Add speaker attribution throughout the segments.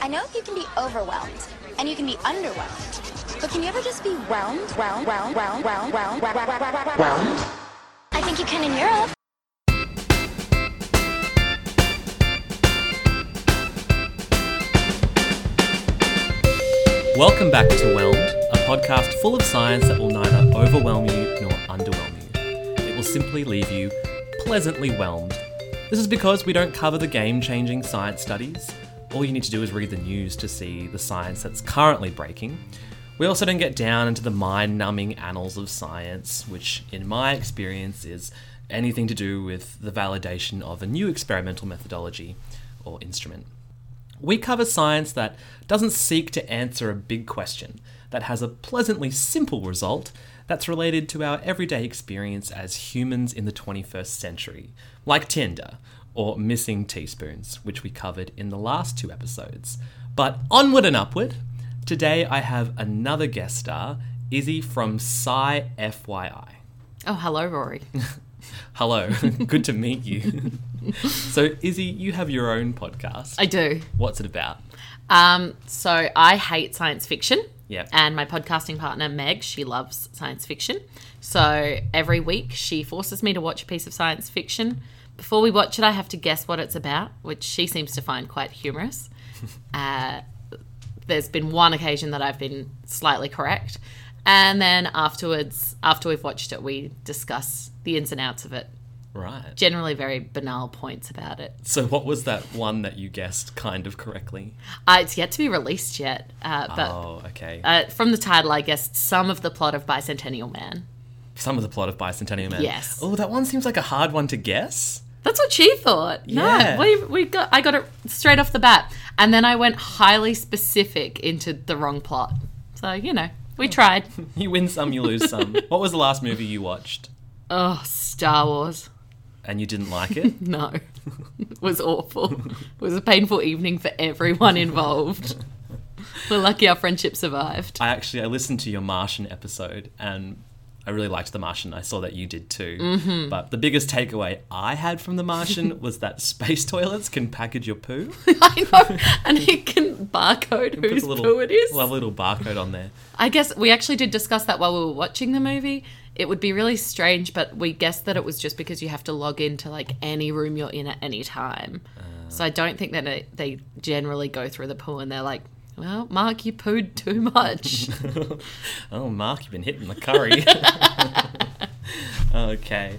Speaker 1: I know you can be overwhelmed and you can be underwhelmed, but can you ever just be whelmed, whelmed, whelmed, whelmed, whelmed, whelmed, whelmed, whelmed, whelmed? I think you can in Europe.
Speaker 2: Welcome back to Whelmed, a podcast full of science that will neither overwhelm you nor underwhelm you. It will simply leave you pleasantly whelmed. This is because we don't cover the game changing science studies. All you need to do is read the news to see the science that's currently breaking. We also don't get down into the mind numbing annals of science, which, in my experience, is anything to do with the validation of a new experimental methodology or instrument. We cover science that doesn't seek to answer a big question, that has a pleasantly simple result that's related to our everyday experience as humans in the 21st century, like Tinder or missing teaspoons, which we covered in the last two episodes. But onward and upward, today I have another guest star, Izzy from Sci FYI.
Speaker 3: Oh, hello, Rory.
Speaker 2: Hello, good to meet you. so, Izzy, you have your own podcast.
Speaker 3: I do.
Speaker 2: What's it about?
Speaker 3: Um, so I hate science fiction.
Speaker 2: Yep.
Speaker 3: And my podcasting partner Meg, she loves science fiction. So every week she forces me to watch a piece of science fiction. Before we watch it, I have to guess what it's about, which she seems to find quite humorous. uh, there's been one occasion that I've been slightly correct, and then afterwards, after we've watched it, we discuss the ins and outs of it.
Speaker 2: Right.
Speaker 3: Generally, very banal points about it.
Speaker 2: So, what was that one that you guessed kind of correctly?
Speaker 3: Uh, it's yet to be released yet, uh, but
Speaker 2: oh, okay.
Speaker 3: uh, from the title, I guessed some of the plot of Bicentennial Man.
Speaker 2: Some of the plot of Bicentennial Man.
Speaker 3: Yes.
Speaker 2: Oh, that one seems like a hard one to guess.
Speaker 3: That's what she thought.
Speaker 2: Yeah.
Speaker 3: No, we, we got I got it straight off the bat, and then I went highly specific into the wrong plot. So you know, we tried.
Speaker 2: You win some, you lose some. what was the last movie you watched
Speaker 3: oh, Star Wars.
Speaker 2: and you didn't like it?
Speaker 3: No, it was awful. It was a painful evening for everyone involved. We're lucky our friendship survived.
Speaker 2: I actually I listened to your Martian episode and I really liked The Martian. I saw that you did too.
Speaker 3: Mm-hmm.
Speaker 2: But the biggest takeaway I had from The Martian was that space toilets can package your poo.
Speaker 3: I know, and it can barcode whose
Speaker 2: a little,
Speaker 3: poo it is.
Speaker 2: Love a little barcode on there.
Speaker 3: I guess we actually did discuss that while we were watching the movie. It would be really strange, but we guessed that it was just because you have to log into like any room you're in at any time.
Speaker 2: Ah.
Speaker 3: so I don't think that it, they generally go through the pool and they're like, "Well, Mark, you pooed too much."
Speaker 2: Oh, Mark, you've been hitting the curry. okay.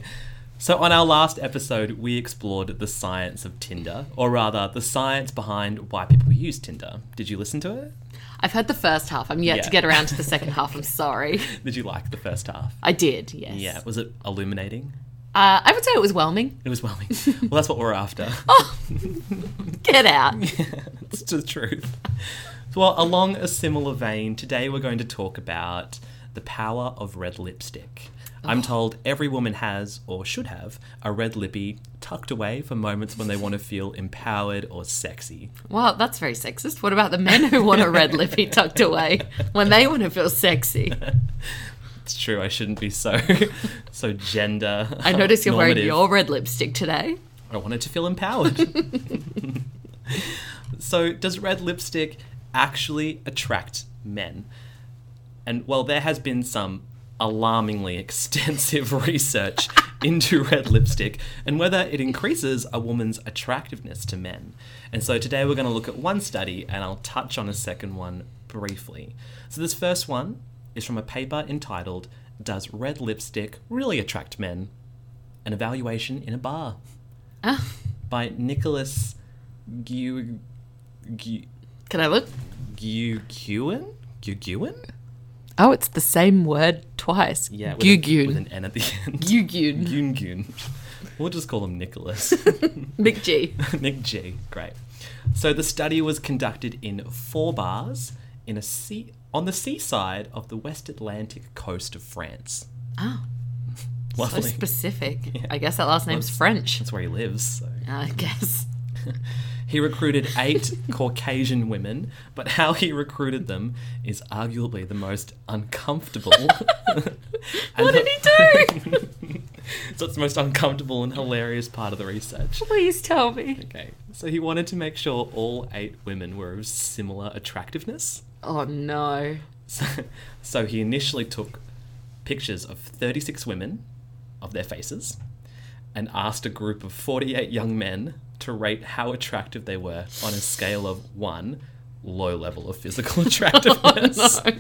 Speaker 2: So, on our last episode, we explored the science of Tinder, or rather, the science behind why people use Tinder. Did you listen to it?
Speaker 3: I've heard the first half. I'm yet
Speaker 2: Yeah.
Speaker 3: to get around to the second half. I'm sorry.
Speaker 2: Did you like the first half?
Speaker 3: I did. Yes.
Speaker 2: Yeah. Was it illuminating?
Speaker 3: Uh, I would say it was whelming.
Speaker 2: It was whelming. well, that's what we're after.
Speaker 3: Get out.
Speaker 2: It's the truth. Well, along a similar vein, today we're going to talk about the power of red lipstick. I'm
Speaker 3: Oh.
Speaker 2: told every woman has, or should have, a red lippy tucked away for moments when they want to feel empowered or sexy.
Speaker 3: Well, that's very sexist. What about the men who want a red lippy tucked away when they want to feel sexy?
Speaker 2: It's true, I shouldn't be so so gender.
Speaker 3: I notice you're wearing
Speaker 2: normative.
Speaker 3: your red lipstick today.
Speaker 2: I wanted to feel empowered. so, does red lipstick actually attract men? And well, there has been some alarmingly extensive research into red lipstick and whether it increases a woman's attractiveness to men. And so, today we're going to look at one study and I'll touch on a second one briefly. So, this first one is from a paper entitled Does Red Lipstick Really Attract Men? An Evaluation in a Bar by Nicholas Gu Gu
Speaker 3: Can I look?
Speaker 2: Guewen? Guewen?
Speaker 3: Oh, it's the same word twice.
Speaker 2: Yeah, with, a, with
Speaker 3: Gugun.
Speaker 2: an N at the end.
Speaker 3: Gugun.
Speaker 2: Gungun. We'll just call him Nicholas.
Speaker 3: Big G.
Speaker 2: Nick G. Great. So the study was conducted in four bars in a sea on the seaside of the West Atlantic coast of France.
Speaker 3: Oh, so
Speaker 2: Lovely.
Speaker 3: specific. I guess that last name's French.
Speaker 2: That's where he lives. So.
Speaker 3: I guess.
Speaker 2: He recruited eight Caucasian women, but how he recruited them is arguably the most uncomfortable.
Speaker 3: What did he do?
Speaker 2: so it's the most uncomfortable and hilarious part of the research.
Speaker 3: Please tell me.
Speaker 2: Okay, so he wanted to make sure all eight women were of similar attractiveness.
Speaker 3: Oh no.
Speaker 2: So, so he initially took pictures of 36 women of their faces and asked a group of 48 young men to rate how attractive they were on a scale of 1 low level of physical attractiveness
Speaker 3: Oh,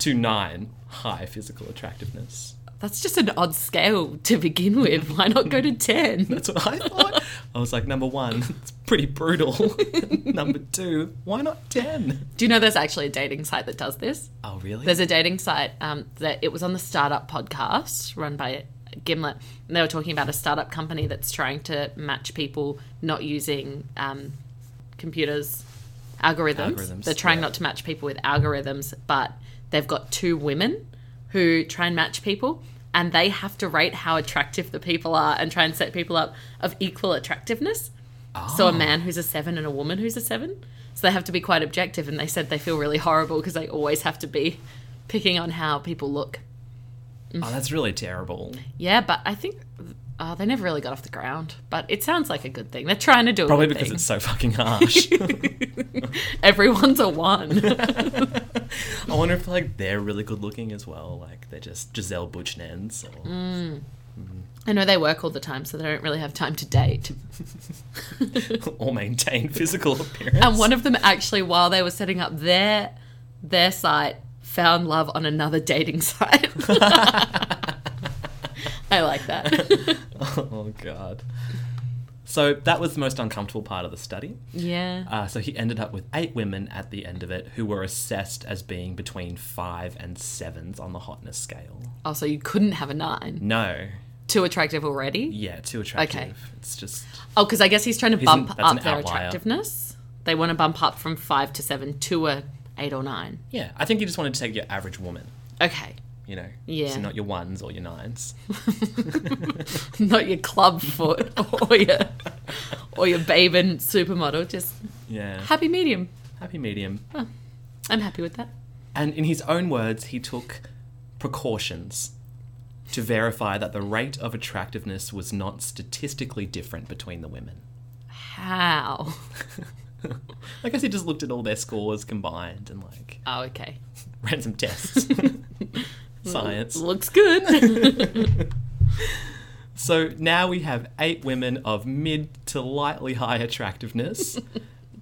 Speaker 2: to 9 high physical attractiveness.
Speaker 3: That's just an odd scale to begin with. Why not go to 10?
Speaker 2: That's what I thought. I was like, number one, it's pretty brutal. number two, why not 10?
Speaker 3: Do you know there's actually a dating site that does this?
Speaker 2: Oh, really?
Speaker 3: There's a dating site um, that it was on the startup podcast run by Gimlet, and they were talking about a startup company that's trying to match people not using um, computers algorithms.
Speaker 2: Algorithms,
Speaker 3: They're trying
Speaker 2: yeah.
Speaker 3: not to match people with algorithms, but they've got two women who try and match people, and they have to rate how attractive the people are and try and set people up of equal attractiveness. So
Speaker 2: Oh.
Speaker 3: a man who's a seven and a woman who's a seven. So they have to be quite objective, and they said they feel really horrible because they always have to be picking on how people look.
Speaker 2: oh, that's really terrible.
Speaker 3: Yeah, but I think uh, they never really got off the ground. But it sounds like a good thing. They're trying to do a
Speaker 2: Probably
Speaker 3: good
Speaker 2: because
Speaker 3: thing.
Speaker 2: it's so fucking harsh.
Speaker 3: everyone's a one.
Speaker 2: I wonder if like they're really good looking as well. Like they're just Giselle Butchnans. Or...
Speaker 3: Mm. I know they work all the time, so they don't really have time to date.
Speaker 2: or maintain physical appearance.
Speaker 3: And one of them actually, while they were setting up their their site, found love on another dating site. I like that.
Speaker 2: oh god. So that was the most uncomfortable part of the study.
Speaker 3: yeah.
Speaker 2: Uh, so he ended up with eight women at the end of it who were assessed as being between five and sevens on the hotness scale.
Speaker 3: Also, you couldn't have a nine.
Speaker 2: No,
Speaker 3: Too attractive already.
Speaker 2: yeah, too attractive. It's just
Speaker 3: Oh, because I guess he's trying to
Speaker 2: He's an-
Speaker 3: bump
Speaker 2: that's
Speaker 3: up
Speaker 2: an
Speaker 3: their
Speaker 2: outlier.
Speaker 3: attractiveness. They want to bump up from five to seven to a eight or nine.
Speaker 2: yeah. I think he just wanted to take your average woman.
Speaker 3: Okay.
Speaker 2: You know,
Speaker 3: Yeah.
Speaker 2: so not your ones or your nines.
Speaker 3: Not your club foot or your or your babe and supermodel. Just
Speaker 2: Yeah,
Speaker 3: happy medium.
Speaker 2: happy medium.
Speaker 3: I'm happy with that.
Speaker 2: And in his own words, he took precautions to verify that the rate of attractiveness was not statistically different between the women.
Speaker 3: How?
Speaker 2: I guess he just looked at all their scores combined and like
Speaker 3: Oh, okay.
Speaker 2: ran some tests. Science.
Speaker 3: Looks good.
Speaker 2: So now we have eight women of mid to lightly high attractiveness,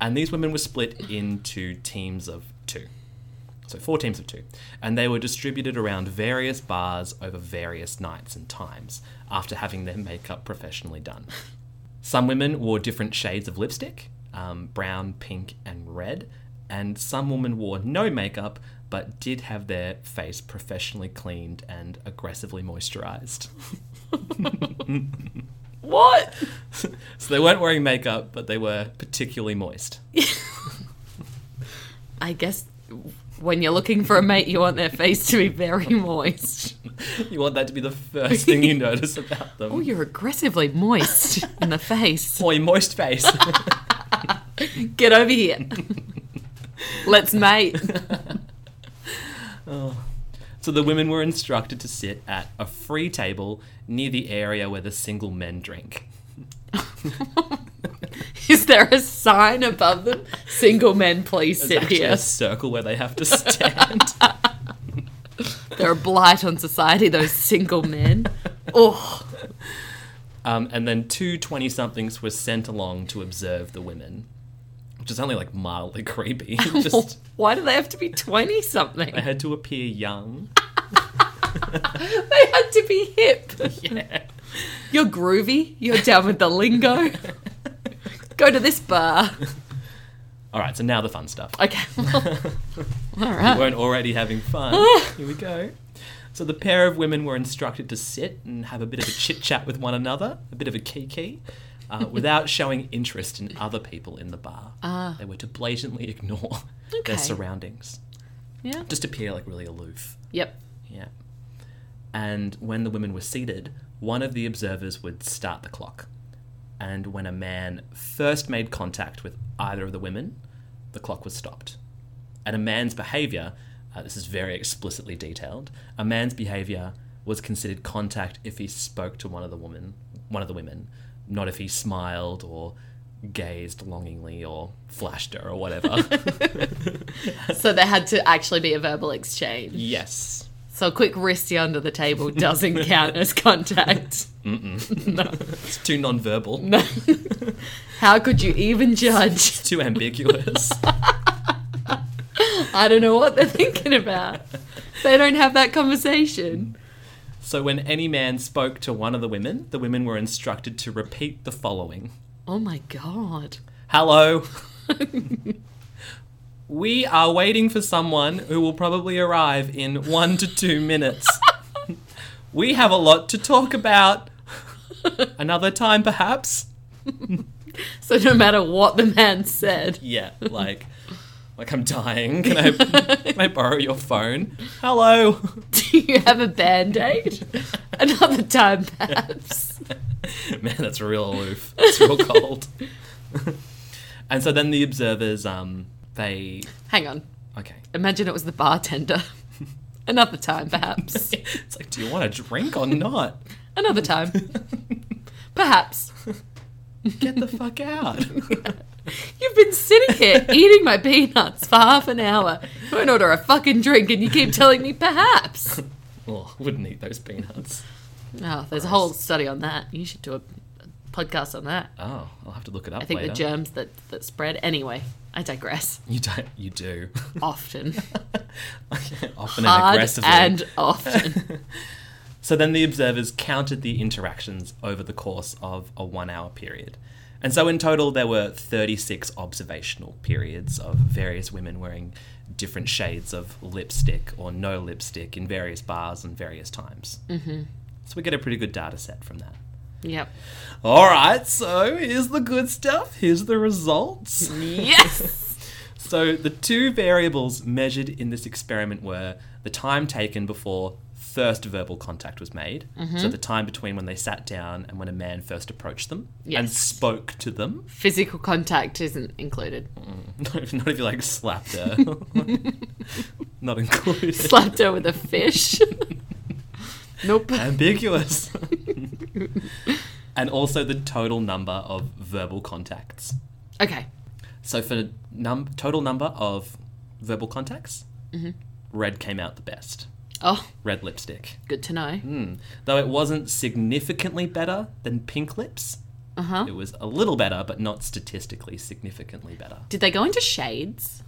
Speaker 2: and these women were split into teams of two. So four teams of two. And they were distributed around various bars over various nights and times after having their makeup professionally done. Some women wore different shades of lipstick um, brown, pink, and red. And some women wore no makeup but did have their face professionally cleaned and aggressively moisturized.
Speaker 3: what?
Speaker 2: So they weren't wearing makeup, but they were particularly moist.
Speaker 3: I guess when you're looking for a mate, you want their face to be very moist.
Speaker 2: You want that to be the first thing you notice about them.
Speaker 3: Oh, you're aggressively moist in the face.
Speaker 2: Boy, moist face.
Speaker 3: Get over here. Let's mate.
Speaker 2: Oh. so the women were instructed to sit at a free table near the area where the single men drink.
Speaker 3: Is there a sign above them? Single men, please
Speaker 2: It's
Speaker 3: sit
Speaker 2: actually
Speaker 3: here.
Speaker 2: a circle where they have to stand.
Speaker 3: They're a blight on society, those single men. Oh,
Speaker 2: um, and then two 20 somethings were sent along to observe the women, which is only like mildly creepy. Just
Speaker 3: Oh, why do they have to be 20 something?
Speaker 2: they had to appear young.
Speaker 3: They had to be hip. You're groovy. You're down with the lingo. Go to this bar.
Speaker 2: All right, so now the fun stuff.
Speaker 3: Okay. All
Speaker 2: We
Speaker 3: right.
Speaker 2: weren't already having fun. Here we go. So the pair of women were instructed to sit and have a bit of a chit chat with one another, a bit of a kiki, uh, without showing interest in other people in the bar. They were to blatantly ignore
Speaker 3: Okay.
Speaker 2: their surroundings,
Speaker 3: Yeah.
Speaker 2: just appear like really aloof.
Speaker 3: Yep.
Speaker 2: Yeah. And when the women were seated, one of the observers would start the clock. And when a man first made contact with either of the women, the clock was stopped. And a man's behavior, uh, this is very explicitly detailed, a man's behavior was considered contact if he spoke to one of the woman, one of the women, not if he smiled or gazed longingly or flashed her or whatever.
Speaker 3: So there had to actually be a verbal exchange.
Speaker 2: yes.
Speaker 3: So a quick wristy under the table doesn't count as contact.
Speaker 2: It's too nonverbal.
Speaker 3: How could you even judge?
Speaker 2: It's too ambiguous.
Speaker 3: I don't know what they're thinking about. They don't have that conversation.
Speaker 2: so when any man spoke to one of the women, the women were instructed to repeat the following.
Speaker 3: Oh my god.
Speaker 2: Hello. we are waiting for someone who will probably arrive in one to two minutes. we have a lot to talk about. Another time, perhaps?
Speaker 3: So no matter what the man said,
Speaker 2: Yeah, like. Like I'm dying. Can I, can I borrow your phone? Hello.
Speaker 3: do you have a band aid? Another time, perhaps.
Speaker 2: Man, that's real aloof. It's real cold. and so then the observers, um, they
Speaker 3: Hang on.
Speaker 2: okay.
Speaker 3: Imagine it was the bartender. Another time, perhaps.
Speaker 2: It's like, do you want a drink or not?
Speaker 3: Another time. Perhaps.
Speaker 2: Get the fuck out.
Speaker 3: You've been sitting here eating my peanuts for half an hour. I won't order a fucking drink and you keep telling me perhaps.
Speaker 2: Oh, I wouldn't eat those peanuts.
Speaker 3: Oh, there's a whole study on that. You should do a a podcast on that.
Speaker 2: Oh, I'll have to look it up
Speaker 3: I think
Speaker 2: later.
Speaker 3: the germs that, that spread. Anyway, I digress.
Speaker 2: you don't. You do
Speaker 3: Often.
Speaker 2: often and
Speaker 3: Hard
Speaker 2: aggressively.
Speaker 3: and often.
Speaker 2: so then the observers counted the interactions over the course of a one-hour period, and so in total there were 36 observational periods of various women wearing different shades of lipstick or no lipstick in various bars and various times. Mm-hmm. So we get a pretty good data set from that.
Speaker 3: Yep.
Speaker 2: All right, so here's the good stuff. Here's the results.
Speaker 3: Yes!
Speaker 2: So the two variables measured in this experiment were the time taken before first verbal contact was made, so the time between when they sat down and when a man first approached them and
Speaker 3: Yes.
Speaker 2: spoke to them.
Speaker 3: Physical contact isn't included.
Speaker 2: Not if, not if you like slapped her. not included.
Speaker 3: Slapped her with a fish. nope.
Speaker 2: Ambiguous. and also the total number of verbal contacts.
Speaker 3: Okay.
Speaker 2: So for num- total number of verbal contacts, red came out the best.
Speaker 3: Oh,
Speaker 2: Red lipstick.
Speaker 3: good to know.
Speaker 2: Hmm. Though it wasn't significantly better than Pink Lips,
Speaker 3: Uh-huh.
Speaker 2: it was a little better, but not statistically significantly better.
Speaker 3: Did they go into shades?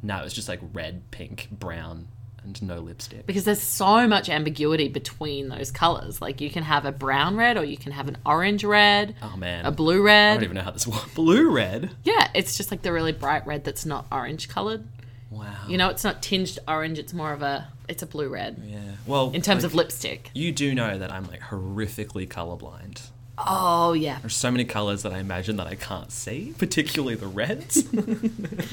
Speaker 2: No, it was just like red, pink, brown, and no lipstick.
Speaker 3: Because there's so much ambiguity between those colors. Like you can have a brown red or you can have an orange red,
Speaker 2: Oh man,
Speaker 3: a blue
Speaker 2: I don't
Speaker 3: red.
Speaker 2: even know how this works. Blue red.
Speaker 3: Yeah, it's just like the really bright red that's not orange colored.
Speaker 2: Wow.
Speaker 3: You know, it's not tinged orange, it's more of a it's a blue red
Speaker 2: yeah. Well,
Speaker 3: in terms
Speaker 2: like,
Speaker 3: of lipstick.
Speaker 2: you do know that I'm like horrifically colorblind.
Speaker 3: Oh, yeah.
Speaker 2: There's so many colors that I imagine that I can't see, particularly the reds.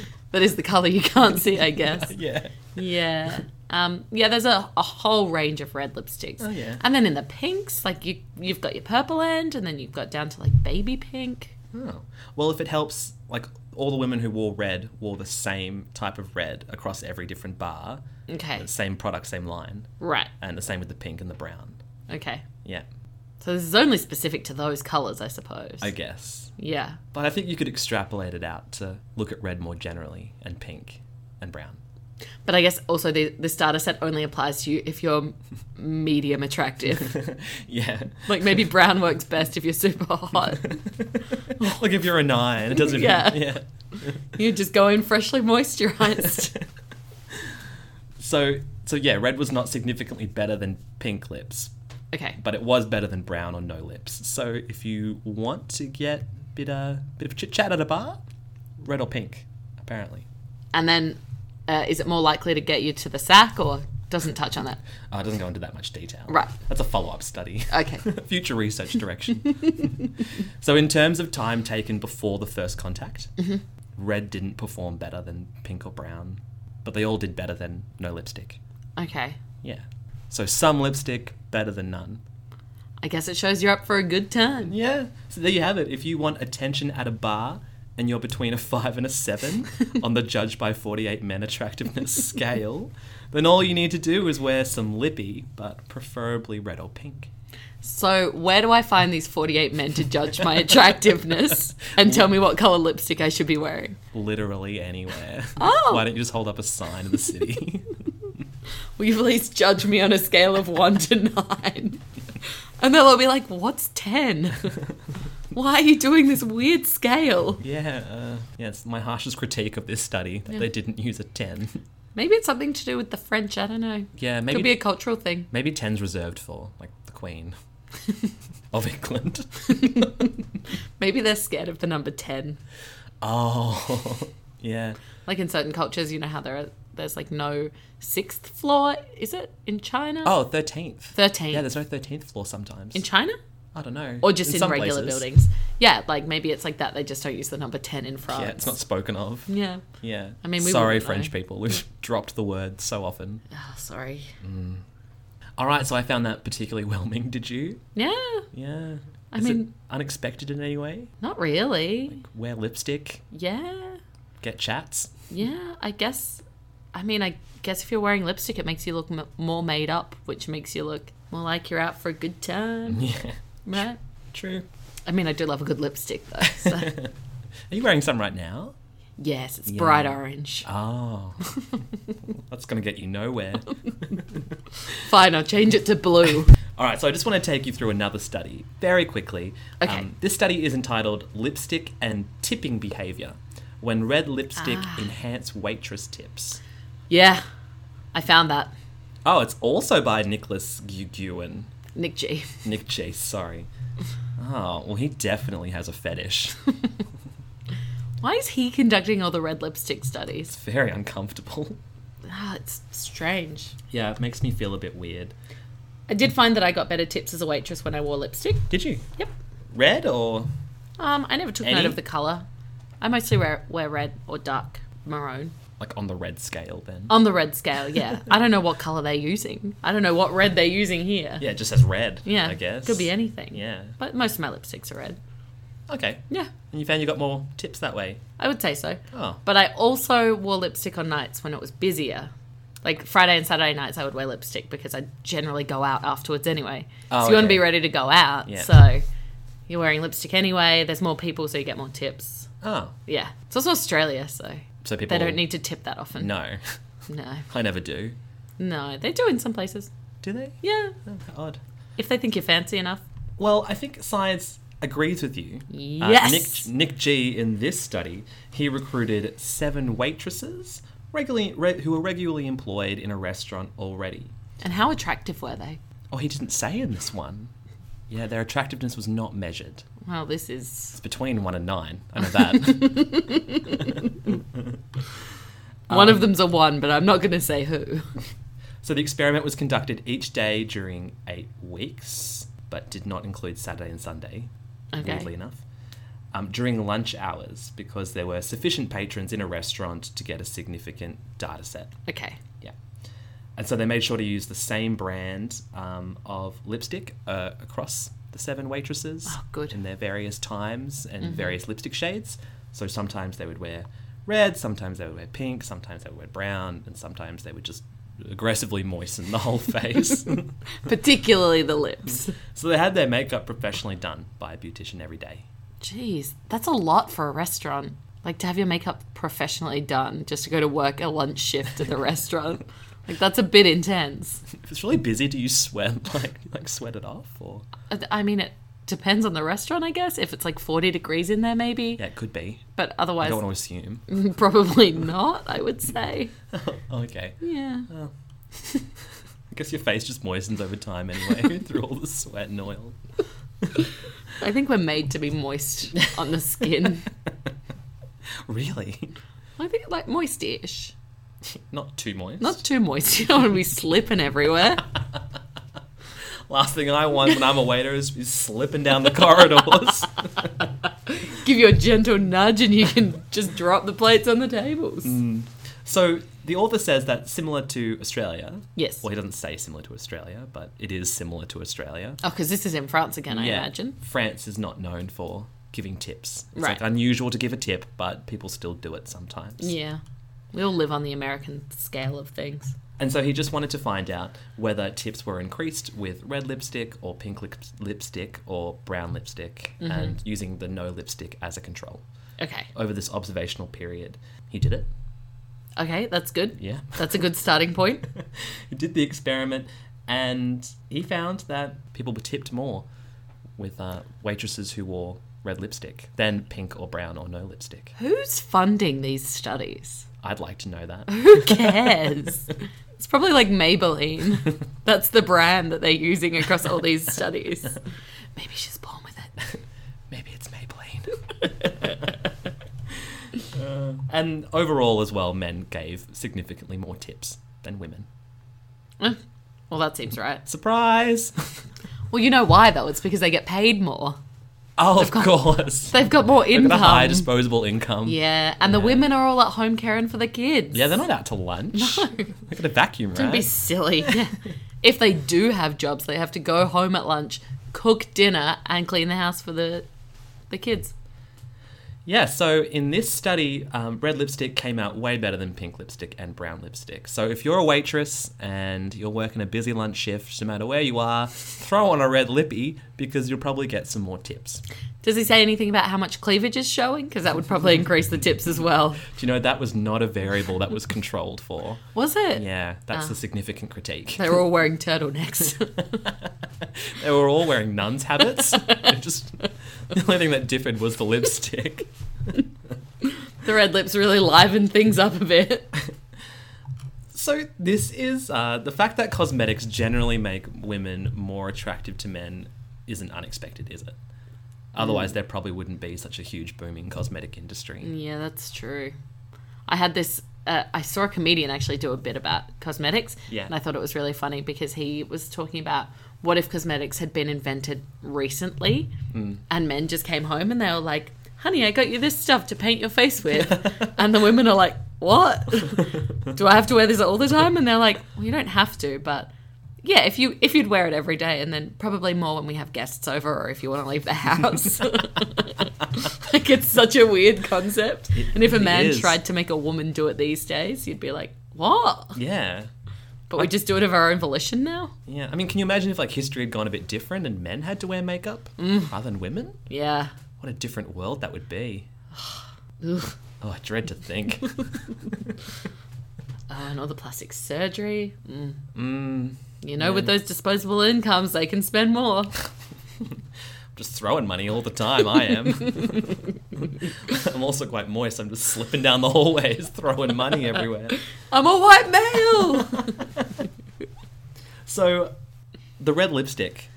Speaker 3: That is the color you can't see, I guess.
Speaker 2: yeah.
Speaker 3: Yeah. Um, yeah, there's a, a whole range of red lipsticks.
Speaker 2: Oh, yeah.
Speaker 3: And then in the pinks, like you you've got your purple end and then you've got down to like baby pink.
Speaker 2: Oh. Well, if it helps, like all the women who wore red wore the same type of red across every different bar,
Speaker 3: Okay.
Speaker 2: same product, same line,
Speaker 3: Right.
Speaker 2: and the same with the pink and the brown.
Speaker 3: Okay.
Speaker 2: Yeah,
Speaker 3: So this is only specific to those colors, I suppose.
Speaker 2: I guess.
Speaker 3: yeah.
Speaker 2: But I think you could extrapolate it out to look at red more generally and pink and brown.
Speaker 3: But I guess also the, this data set only applies to you if you're medium attractive.
Speaker 2: Yeah.
Speaker 3: like maybe brown works best if you're super hot.
Speaker 2: like if you're a nine, it doesn't
Speaker 3: Yeah.
Speaker 2: mean. Yeah.
Speaker 3: You just go in freshly moisturized.
Speaker 2: So, so yeah, red was not significantly better than pink lips,
Speaker 3: Okay.
Speaker 2: but it was better than brown or no lips. So if you want to get bit a bit of chit chat at a bar, red or pink, apparently.
Speaker 3: And then uh, is it more likely to get you to the sack or doesn't touch on that?
Speaker 2: Oh, it doesn't go into that much detail.
Speaker 3: Right.
Speaker 2: That's a follow up study.
Speaker 3: Okay.
Speaker 2: Future research direction. so, in terms of time taken before the first contact, red didn't perform better than pink or brown, but they all did better than no lipstick.
Speaker 3: Okay.
Speaker 2: Yeah. So, some lipstick better than none.
Speaker 3: I guess it shows you're up for a good time.
Speaker 2: Yeah. So there you have it. If you want attention at a bar and you're between a five and a seven on the judge by 48 men attractiveness scale, then all you need to do is wear some lippy, but preferably red or pink.
Speaker 3: So, where do I find these 48 men to judge my attractiveness and tell me what color lipstick I should be wearing?
Speaker 2: Literally anywhere.
Speaker 3: Oh.
Speaker 2: Why don't you just hold up a sign in the city?
Speaker 3: Will you please judge me on a scale of one to nine? And they'll all be like, What's 10? Why are you doing this weird scale?
Speaker 2: yeah, uh, yeah, it's my harshest critique of this study that they didn't use a 10.
Speaker 3: Maybe it's something to do with the French, I don't know.
Speaker 2: Yeah,
Speaker 3: Could
Speaker 2: maybe
Speaker 3: be a cultural thing.
Speaker 2: maybe 10's reserved for, like, the Queen of England.
Speaker 3: Maybe they're scared of the number 10.
Speaker 2: Oh, yeah.
Speaker 3: Like in certain cultures, you know how there are, there's like no sixth floor, is it? In China?
Speaker 2: Oh, 13th.
Speaker 3: 13th.
Speaker 2: Yeah, there's no 13th floor sometimes.
Speaker 3: in China?
Speaker 2: I don't know.
Speaker 3: Or just in,
Speaker 2: some
Speaker 3: regular
Speaker 2: places.
Speaker 3: buildings? Yeah, like maybe it's like that. They just don't use the number 10 in France.
Speaker 2: Yeah, it's not spoken of.
Speaker 3: Yeah.
Speaker 2: Yeah.
Speaker 3: I mean, we
Speaker 2: sorry,
Speaker 3: wouldn't
Speaker 2: French
Speaker 3: know.
Speaker 2: people. We've dropped the word so often.
Speaker 3: Oh, sorry.
Speaker 2: All right, so I found that particularly whelming. Did you?
Speaker 3: Yeah,
Speaker 2: Yeah.
Speaker 3: I
Speaker 2: Is it
Speaker 3: mean-
Speaker 2: unexpected in any way?
Speaker 3: not really.
Speaker 2: Wear lipstick,
Speaker 3: Yeah.
Speaker 2: get chats.
Speaker 3: Yeah, I guess. I mean, I guess if you're wearing lipstick, it makes you look m- more made up, which makes you look more like you're out for a good time,
Speaker 2: Yeah.
Speaker 3: right?
Speaker 2: True.
Speaker 3: I mean, I do love a good lipstick though. So.
Speaker 2: Are you wearing some right now?
Speaker 3: yes, it's bright orange.
Speaker 2: Oh. That's going to get you nowhere.
Speaker 3: Fine, I'll change it to blue.
Speaker 2: All right, so I just want to take you through another study very quickly. Um,
Speaker 3: Okay.
Speaker 2: this study is entitled Lipstick and Tipping Behavior When Red Lipstick
Speaker 3: Ah.
Speaker 2: Enhance Waitress Tips.
Speaker 3: yeah, I found that.
Speaker 2: Oh, it's also by Nicholas Guguin.
Speaker 3: Nick G.
Speaker 2: Nick J, sorry. Oh, well, he definitely has a fetish.
Speaker 3: Why is he conducting all the red lipstick studies?
Speaker 2: Very uncomfortable.
Speaker 3: Ah, it's strange.
Speaker 2: Yeah, it makes me feel a bit weird.
Speaker 3: I did find that I got better tips as a waitress when I wore lipstick.
Speaker 2: Did you?
Speaker 3: Yep.
Speaker 2: Red or?
Speaker 3: Um, I never took
Speaker 2: Any?
Speaker 3: note of the color. I mostly wear wear red or dark maroon
Speaker 2: Like on the red scale then?
Speaker 3: on the red scale. Yeah, I don't know what color they're using. I don't know what red they're using here.
Speaker 2: Yeah, it just says red,
Speaker 3: Yeah,
Speaker 2: I guess.
Speaker 3: could be anything.
Speaker 2: Yeah.
Speaker 3: but most of my lipsticks are red.
Speaker 2: Okay.
Speaker 3: Yeah,
Speaker 2: And you found you got more tips that way?
Speaker 3: I would say so.
Speaker 2: Oh.
Speaker 3: But I also wore lipstick on nights when it was busier. Like Friday and Saturday nights, I would wear lipstick because I generally go out afterwards anyway.
Speaker 2: Oh,
Speaker 3: so you want to
Speaker 2: okay.
Speaker 3: be ready to go out.
Speaker 2: Yeah.
Speaker 3: So you're wearing lipstick anyway. There's more people, so you get more tips.
Speaker 2: Oh.
Speaker 3: Yeah. It's also Australia, so
Speaker 2: So people.
Speaker 3: they don't need to tip that often.
Speaker 2: No,
Speaker 3: No.
Speaker 2: I never do.
Speaker 3: No, they do in some places.
Speaker 2: Do they?
Speaker 3: Yeah.
Speaker 2: Oh, how odd.
Speaker 3: If they think you're fancy enough.
Speaker 2: Well, I think science agrees with you. Uh,
Speaker 3: Yes.
Speaker 2: Nick, Nick G in this study, he recruited seven waitresses regularly re, who were regularly employed in a restaurant already.
Speaker 3: And how attractive were they?
Speaker 2: Oh, he didn't say in this one. Yeah, their attractiveness was not measured.
Speaker 3: Well, this is
Speaker 2: It's between one and nine. I know that.
Speaker 3: one
Speaker 2: Um,
Speaker 3: of them's a one, but I'm not going to say who.
Speaker 2: so the experiment was conducted each day during eight weeks, but did not include Saturday and Sunday.
Speaker 3: Okay.
Speaker 2: weirdly enough, um, during lunch hours because there were sufficient patrons in a restaurant to get a significant data set.
Speaker 3: Okay.
Speaker 2: Yeah. And so they made sure to use the same brand um, of lipstick uh, across the seven waitresses
Speaker 3: Oh, good. Mm-hmm.
Speaker 2: in their various times and various lipstick shades. So sometimes they would wear red, sometimes they would wear pink, sometimes they would wear brown, and sometimes they would just aggressively moisten the whole face.
Speaker 3: Particularly the lips.
Speaker 2: so they had their makeup professionally done by a beautician every day.
Speaker 3: Jeez, that's a lot for a restaurant. Like to have your makeup professionally done just to go to work a lunch shift at the restaurant. Like that's a bit intense.
Speaker 2: If it's really busy, do you sweat like like sweat it off or
Speaker 3: I- I mean, it depends on the restaurant, I guess. If it's like 40 degrees in there, maybe.
Speaker 2: yeah, it could be.
Speaker 3: But
Speaker 2: I
Speaker 3: otherwise,
Speaker 2: don't want to assume.
Speaker 3: probably not, I would say.
Speaker 2: okay,
Speaker 3: Yeah.
Speaker 2: I guess your face just moistens over time anyway through all the sweat and oil.
Speaker 3: I think we're made to be moist on the skin.
Speaker 2: Really,
Speaker 3: I think like moist-ish.
Speaker 2: not too moist.
Speaker 3: Not too moist. You don't want to be slipping everywhere.
Speaker 2: Last thing I want when I'm a waiter is, is slipping down the corridors.
Speaker 3: Give you a gentle nudge and you can just drop the plates on the tables.
Speaker 2: Mm. so the author says that similar to Australia.
Speaker 3: Yes.
Speaker 2: Well, he doesn't say similar to Australia, but it is similar to Australia.
Speaker 3: Oh, because this is in France again, I imagine.
Speaker 2: France is not known for giving tips. It's
Speaker 3: Right.
Speaker 2: like unusual to give a tip, but people still do it sometimes.
Speaker 3: Yeah. We all live on the American scale of things.
Speaker 2: And so he just wanted to find out whether tips were increased with red lipstick or pink lip- lipstick or brown lipstick
Speaker 3: Mm-hmm.
Speaker 2: and using the no lipstick as a control.
Speaker 3: Okay.
Speaker 2: Over this observational period, he did it.
Speaker 3: Okay, that's good.
Speaker 2: Yeah.
Speaker 3: That's a good starting point.
Speaker 2: He did the experiment and he found that people were tipped more with uh, waitresses who wore red lipstick than pink or brown or no lipstick.
Speaker 3: Who's funding these studies?
Speaker 2: I'd like to know that.
Speaker 3: Who cares? it's probably like Maybelline. That's the brand that they're using across all these studies. Maybe she's born with it.
Speaker 2: Maybe it's Maybelline. and overall, as well, men gave significantly more tips than women.
Speaker 3: Eh, Well, that seems right.
Speaker 2: Surprise!
Speaker 3: Well, you know why though? It's because they get paid more.
Speaker 2: Oh, of course.
Speaker 3: They've got more
Speaker 2: They've got a high
Speaker 3: income.
Speaker 2: disposable income.
Speaker 3: yeah, and the women are all at home caring for the kids.
Speaker 2: Yeah, they're not out to lunch. They're going to vacuum,
Speaker 3: Don't
Speaker 2: right?
Speaker 3: be silly. Yeah. if they do have jobs, they have to go home at lunch, cook dinner, and clean the house for the the kids.
Speaker 2: Yeah, so in this study, um, red lipstick came out way better than pink lipstick and brown lipstick. So if you're a waitress and you're working a busy lunch shift, no matter where you are, throw on a red lippy because you'll probably get some more tips.
Speaker 3: Does he say anything about how much cleavage is showing? Because that would probably increase the tips as well.
Speaker 2: Do you know that was not a variable that was controlled for?
Speaker 3: Was it?
Speaker 2: Yeah, that's the significant critique.
Speaker 3: They were all wearing turtlenecks.
Speaker 2: They were all wearing nuns' habits. It just the only thing that differed was the lipstick.
Speaker 3: the red lips really livened things up a bit.
Speaker 2: So this is uh, the fact that cosmetics generally make women more attractive to men isn't unexpected, is it? Otherwise, there probably wouldn't be such a huge booming cosmetic industry.
Speaker 3: Yeah, that's true. I had this. Uh, I saw a comedian actually do a bit about cosmetics,
Speaker 2: Yeah.
Speaker 3: and I thought it was really funny because he was talking about what if cosmetics had been invented recently, and men just came home and they were like, "Honey, I got you this stuff to paint your face with," and the women are like, "What? do I have to wear this all the time?" And they're like, "Well, you don't have to, but." Yeah, if you if you'd wear it every day, and then probably more when we have guests over, or if you want to leave the house. like it's such a weird concept. and if a
Speaker 2: really
Speaker 3: man
Speaker 2: is.
Speaker 3: tried to make a woman do it these days, you'd be like, "What?"
Speaker 2: Yeah,
Speaker 3: But we just do it of our own volition now.
Speaker 2: yeah. I mean, can you imagine if like history had gone a bit different and men had to wear makeup rather than women?
Speaker 3: Yeah.
Speaker 2: What a different world that would be.
Speaker 3: Ugh.
Speaker 2: Oh, I dread to think.
Speaker 3: Oh, and all the plastic surgery. Mm. You know, with those disposable incomes, they can spend more.
Speaker 2: just throwing money all the time. I am. I'm also quite moist. I'm just slipping down the hallways, throwing money everywhere.
Speaker 3: I'm a white male.
Speaker 2: So, the red lipstick,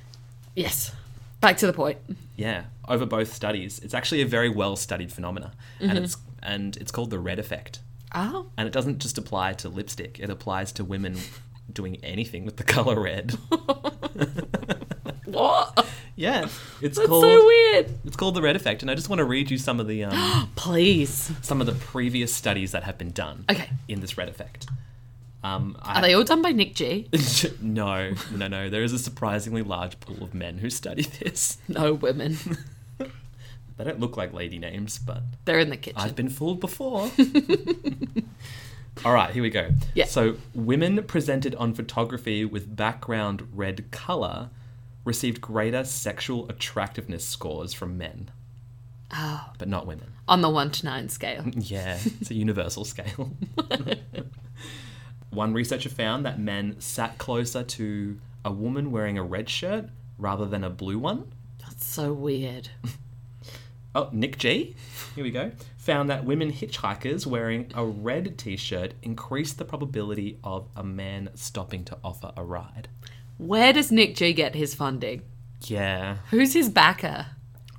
Speaker 3: yes. Back to the point.
Speaker 2: yeah, over both studies, it's actually a very well studied phenomena, and
Speaker 3: Mm-hmm.
Speaker 2: it's and it's called the red effect.
Speaker 3: Oh,
Speaker 2: And it doesn't just apply to lipstick; it applies to women doing anything with the color red.
Speaker 3: what?
Speaker 2: Yeah, it's
Speaker 3: That's
Speaker 2: called
Speaker 3: so weird.
Speaker 2: it's called the red effect. And I just want to read you some of the um,
Speaker 3: Please.
Speaker 2: some of the previous studies that have been done
Speaker 3: Okay.
Speaker 2: in this red effect. Um, I,
Speaker 3: Are they all done by Nick G?
Speaker 2: no, no, no. There is a surprisingly large pool of men who study this.
Speaker 3: No, women.
Speaker 2: They don't look like lady names, but
Speaker 3: They're in the kitchen.
Speaker 2: I've been fooled before. All right, here we go.
Speaker 3: Yeah.
Speaker 2: So, women presented on photography with background red color received greater sexual attractiveness scores from men.
Speaker 3: Oh.
Speaker 2: But not women.
Speaker 3: On the one to nine scale.
Speaker 2: Yeah, it's a universal scale. One researcher found that men sat closer to a woman wearing a red shirt rather than a blue one.
Speaker 3: That's so weird.
Speaker 2: Oh, Nick G. Here we go. Found that women hitchhikers wearing a red t shirt increased the probability of a man stopping to offer a ride.
Speaker 3: Where does Nick G get his funding?
Speaker 2: Yeah,
Speaker 3: Who's his backer?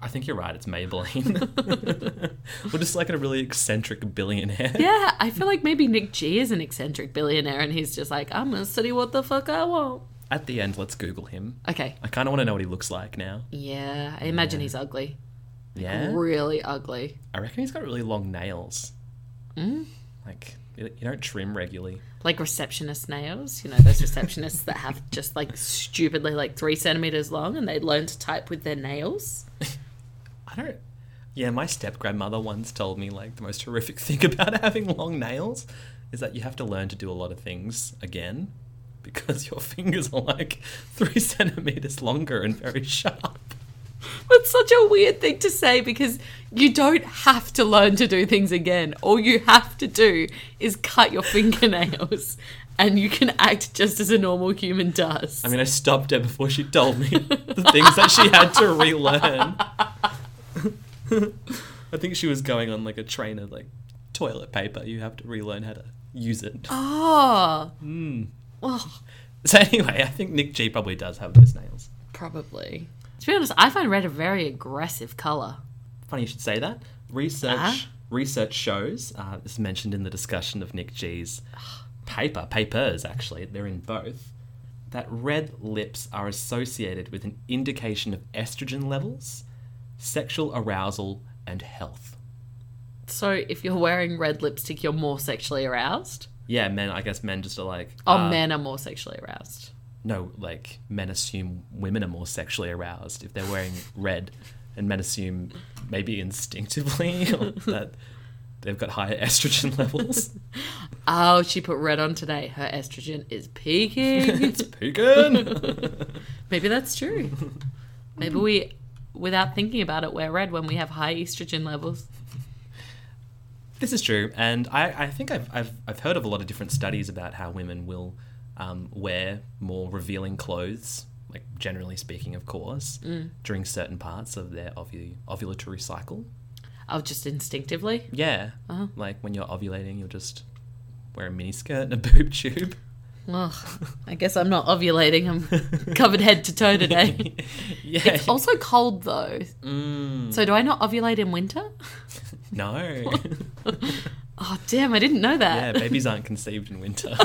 Speaker 2: I think you're right. It's Maybelline. We're just like a really eccentric billionaire.
Speaker 3: Yeah, I feel like maybe Nick G is an eccentric billionaire and he's just like, I'm gonna study what the fuck I want.
Speaker 2: At the end, let's Google him.
Speaker 3: Okay.
Speaker 2: I kind of want to know what he looks like now.
Speaker 3: Yeah, I imagine he's ugly.
Speaker 2: Yeah.
Speaker 3: Really ugly.
Speaker 2: I reckon he's got really long nails. Mm. Like, you you don't trim regularly.
Speaker 3: Like receptionist nails, you know, those receptionists that have just like stupidly like three centimeters long and they learn to type with their nails.
Speaker 2: I don't. Yeah, my step grandmother once told me like the most horrific thing about having long nails is that you have to learn to do a lot of things again because your fingers are like three centimeters longer and very sharp.
Speaker 3: That's such a weird thing to say because you don't have to learn to do things again. All you have to do is cut your fingernails and you can act just as a normal human does.
Speaker 2: I mean, I stopped her before she told me the things that she had to relearn. I think she was going on like a train of like toilet paper. You have to relearn how to use it.
Speaker 3: oh. Well,
Speaker 2: So anyway, I think Nick G probably does have those nails.
Speaker 3: probably. To be honest, I find red a very aggressive color.
Speaker 2: Funny you should say that. Research
Speaker 3: Ah.
Speaker 2: research shows uh, this is mentioned in the discussion of Nick G's paper papers. Actually, they're in both. That red lips are associated with an indication of estrogen levels, sexual arousal, and health.
Speaker 3: So if you're wearing red lipstick, you're more sexually aroused.
Speaker 2: Yeah, men. I guess men just are like.
Speaker 3: Oh,
Speaker 2: uh,
Speaker 3: men are more sexually aroused.
Speaker 2: No, like men assume women are more sexually aroused if they're wearing red, and men assume maybe instinctively that they've got higher estrogen levels.
Speaker 3: Oh, she put red on today. Her estrogen is peaking.
Speaker 2: it's peaking.
Speaker 3: Maybe that's true. Maybe we, without thinking about it, wear red when we have high estrogen levels.
Speaker 2: This is true, and I, I think I've, I've, I've heard of a lot of different studies about how women will um, wear more revealing clothes, like generally speaking, of course, during certain parts of their ovu- ovulatory cycle.
Speaker 3: Oh, just instinctively.
Speaker 2: Yeah, like when you're ovulating, you'll just wear a miniskirt and a boob tube.
Speaker 3: Ugh, I guess I'm not ovulating. I'm covered head to toe today.
Speaker 2: Yeah.
Speaker 3: also cold though. So do I not ovulate in winter?
Speaker 2: no.
Speaker 3: Oh damn, I didn't know
Speaker 2: yeah,
Speaker 3: that.
Speaker 2: babies aren't conceived in winter.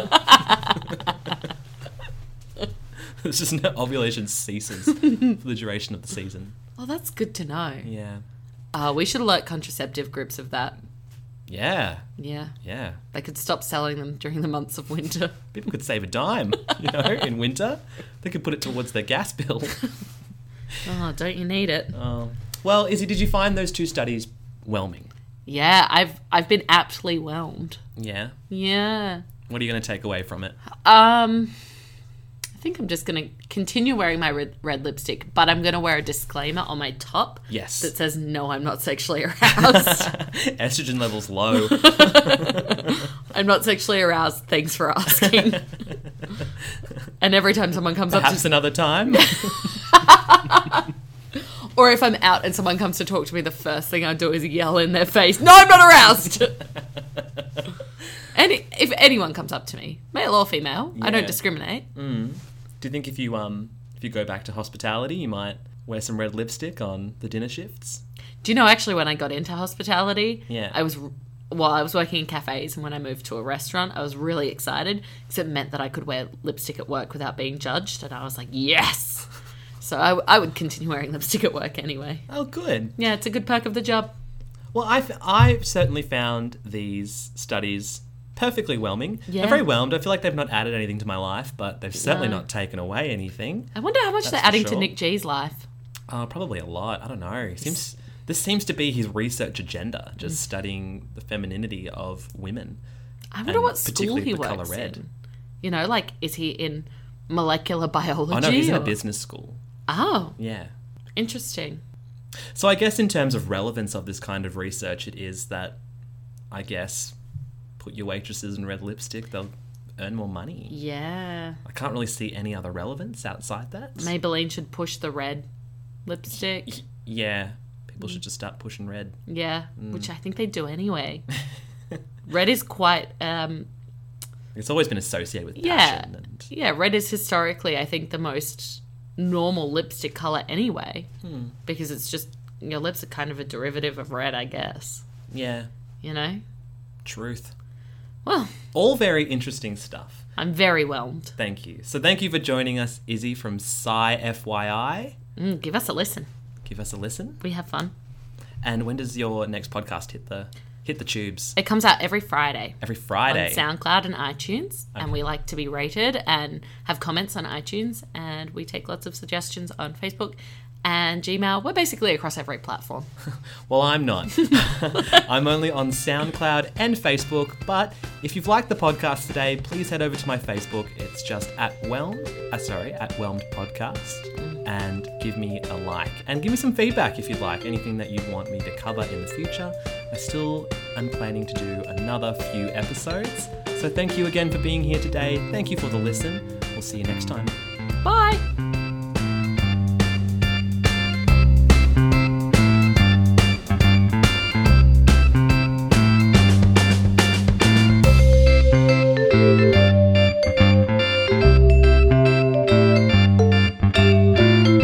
Speaker 2: it's just no ovulation ceases for the duration of the season.
Speaker 3: Oh, that's good to know.
Speaker 2: Yeah.
Speaker 3: Uh, we should alert contraceptive groups of that.
Speaker 2: Yeah.
Speaker 3: Yeah,
Speaker 2: Yeah.
Speaker 3: they could stop selling them during the months of winter.
Speaker 2: People could save a dime, you know, in winter. They could put it towards their gas bill.
Speaker 3: Oh, don't you need it?
Speaker 2: Um, well, Izzy, did you find those two studies whelming?
Speaker 3: Yeah, I've I've been aptly whelmed.
Speaker 2: Yeah.
Speaker 3: Yeah.
Speaker 2: What are you going to take away from it?
Speaker 3: Um, I think I'm just going to continue wearing my red, red lipstick, but I'm going to wear a disclaimer on my top
Speaker 2: Yes.
Speaker 3: that says, no, I'm not sexually aroused.
Speaker 2: Estrogen levels low.
Speaker 3: I'm not sexually aroused. Thanks for asking. and every time someone comes up
Speaker 2: Perhaps
Speaker 3: to,
Speaker 2: another time.
Speaker 3: or if I'm out and someone comes to talk to me, the first thing I do is yell in their face, no, I'm not aroused. Any, if anyone comes up to me, male or female, I
Speaker 2: Yeah.
Speaker 3: don't discriminate.
Speaker 2: Do you think if you um if you go back to hospitality, you might wear some red lipstick on the dinner shifts?
Speaker 3: Do you know actually when I got into hospitality?
Speaker 2: Yeah.
Speaker 3: I was well, I was working in cafes, and when I moved to a restaurant, I was really excited because it meant that I could wear lipstick at work without being judged, and I was like, yes. So I, w- I would continue wearing lipstick at work anyway.
Speaker 2: Oh, good.
Speaker 3: Yeah, it's a good perk of the job.
Speaker 2: Well, I f- I certainly found these studies perfectly whelming.
Speaker 3: Yeah.
Speaker 2: They're very whelmed. I feel like they've not added anything to my life, but they've certainly
Speaker 3: No.
Speaker 2: not taken away anything.
Speaker 3: I wonder how much they're
Speaker 2: for
Speaker 3: adding
Speaker 2: sure.
Speaker 3: to Nick G's life.
Speaker 2: Uh, probably a lot. I don't know. Seems this seems to be his research agenda, just
Speaker 3: Mm.
Speaker 2: studying the femininity of women.
Speaker 3: I wonder
Speaker 2: And
Speaker 3: what school
Speaker 2: particularly
Speaker 3: he
Speaker 2: the colour
Speaker 3: works
Speaker 2: red.
Speaker 3: in. You know, like is he in molecular biology?
Speaker 2: I know he's in a
Speaker 3: or-
Speaker 2: business school.
Speaker 3: Oh,
Speaker 2: Yeah.
Speaker 3: interesting.
Speaker 2: So I guess in terms of relevance of this kind of research, it is that, I guess, put your waitresses in red lipstick, they'll earn more money.
Speaker 3: Yeah,
Speaker 2: I can't really see any other relevance outside that.
Speaker 3: Maybelline should push the red lipstick.
Speaker 2: Yeah, people should just start pushing red.
Speaker 3: Yeah, which I think they do anyway. red is quite um
Speaker 2: It's always been associated with
Speaker 3: Yeah.
Speaker 2: passion. And
Speaker 3: yeah, red is historically I think the most normal lipstick color anyway because it's just your lips are kind of a derivative of red, I guess,
Speaker 2: yeah,
Speaker 3: you know?
Speaker 2: truth.
Speaker 3: Well,
Speaker 2: All very interesting stuff.
Speaker 3: I'm very whelmed.
Speaker 2: Thank you. So thank you for joining us, Izzy from Sci FYI.
Speaker 3: Mm, give us a listen.
Speaker 2: Give us a listen.
Speaker 3: We have fun.
Speaker 2: And when does your next podcast hit the hit the tubes?
Speaker 3: It comes out every Friday.
Speaker 2: Every
Speaker 3: On
Speaker 2: Friday.
Speaker 3: SoundCloud and iTunes, and we like to be rated and have comments on iTunes, and we take lots of suggestions on Facebook and Gmail. We're basically across every platform.
Speaker 2: Well, I'm not. I'm only on SoundCloud and Facebook, but if you've liked the podcast today, please head over to my Facebook. It's just at Whelmed, uh, sorry, at Whelmed Podcast, and give me a like. And give me some feedback if you'd like, anything that you want me to cover in the future. I still am planning to do another few episodes. So thank you again for being here today. Thank you for the listen. We'll see you next time.
Speaker 3: Bye.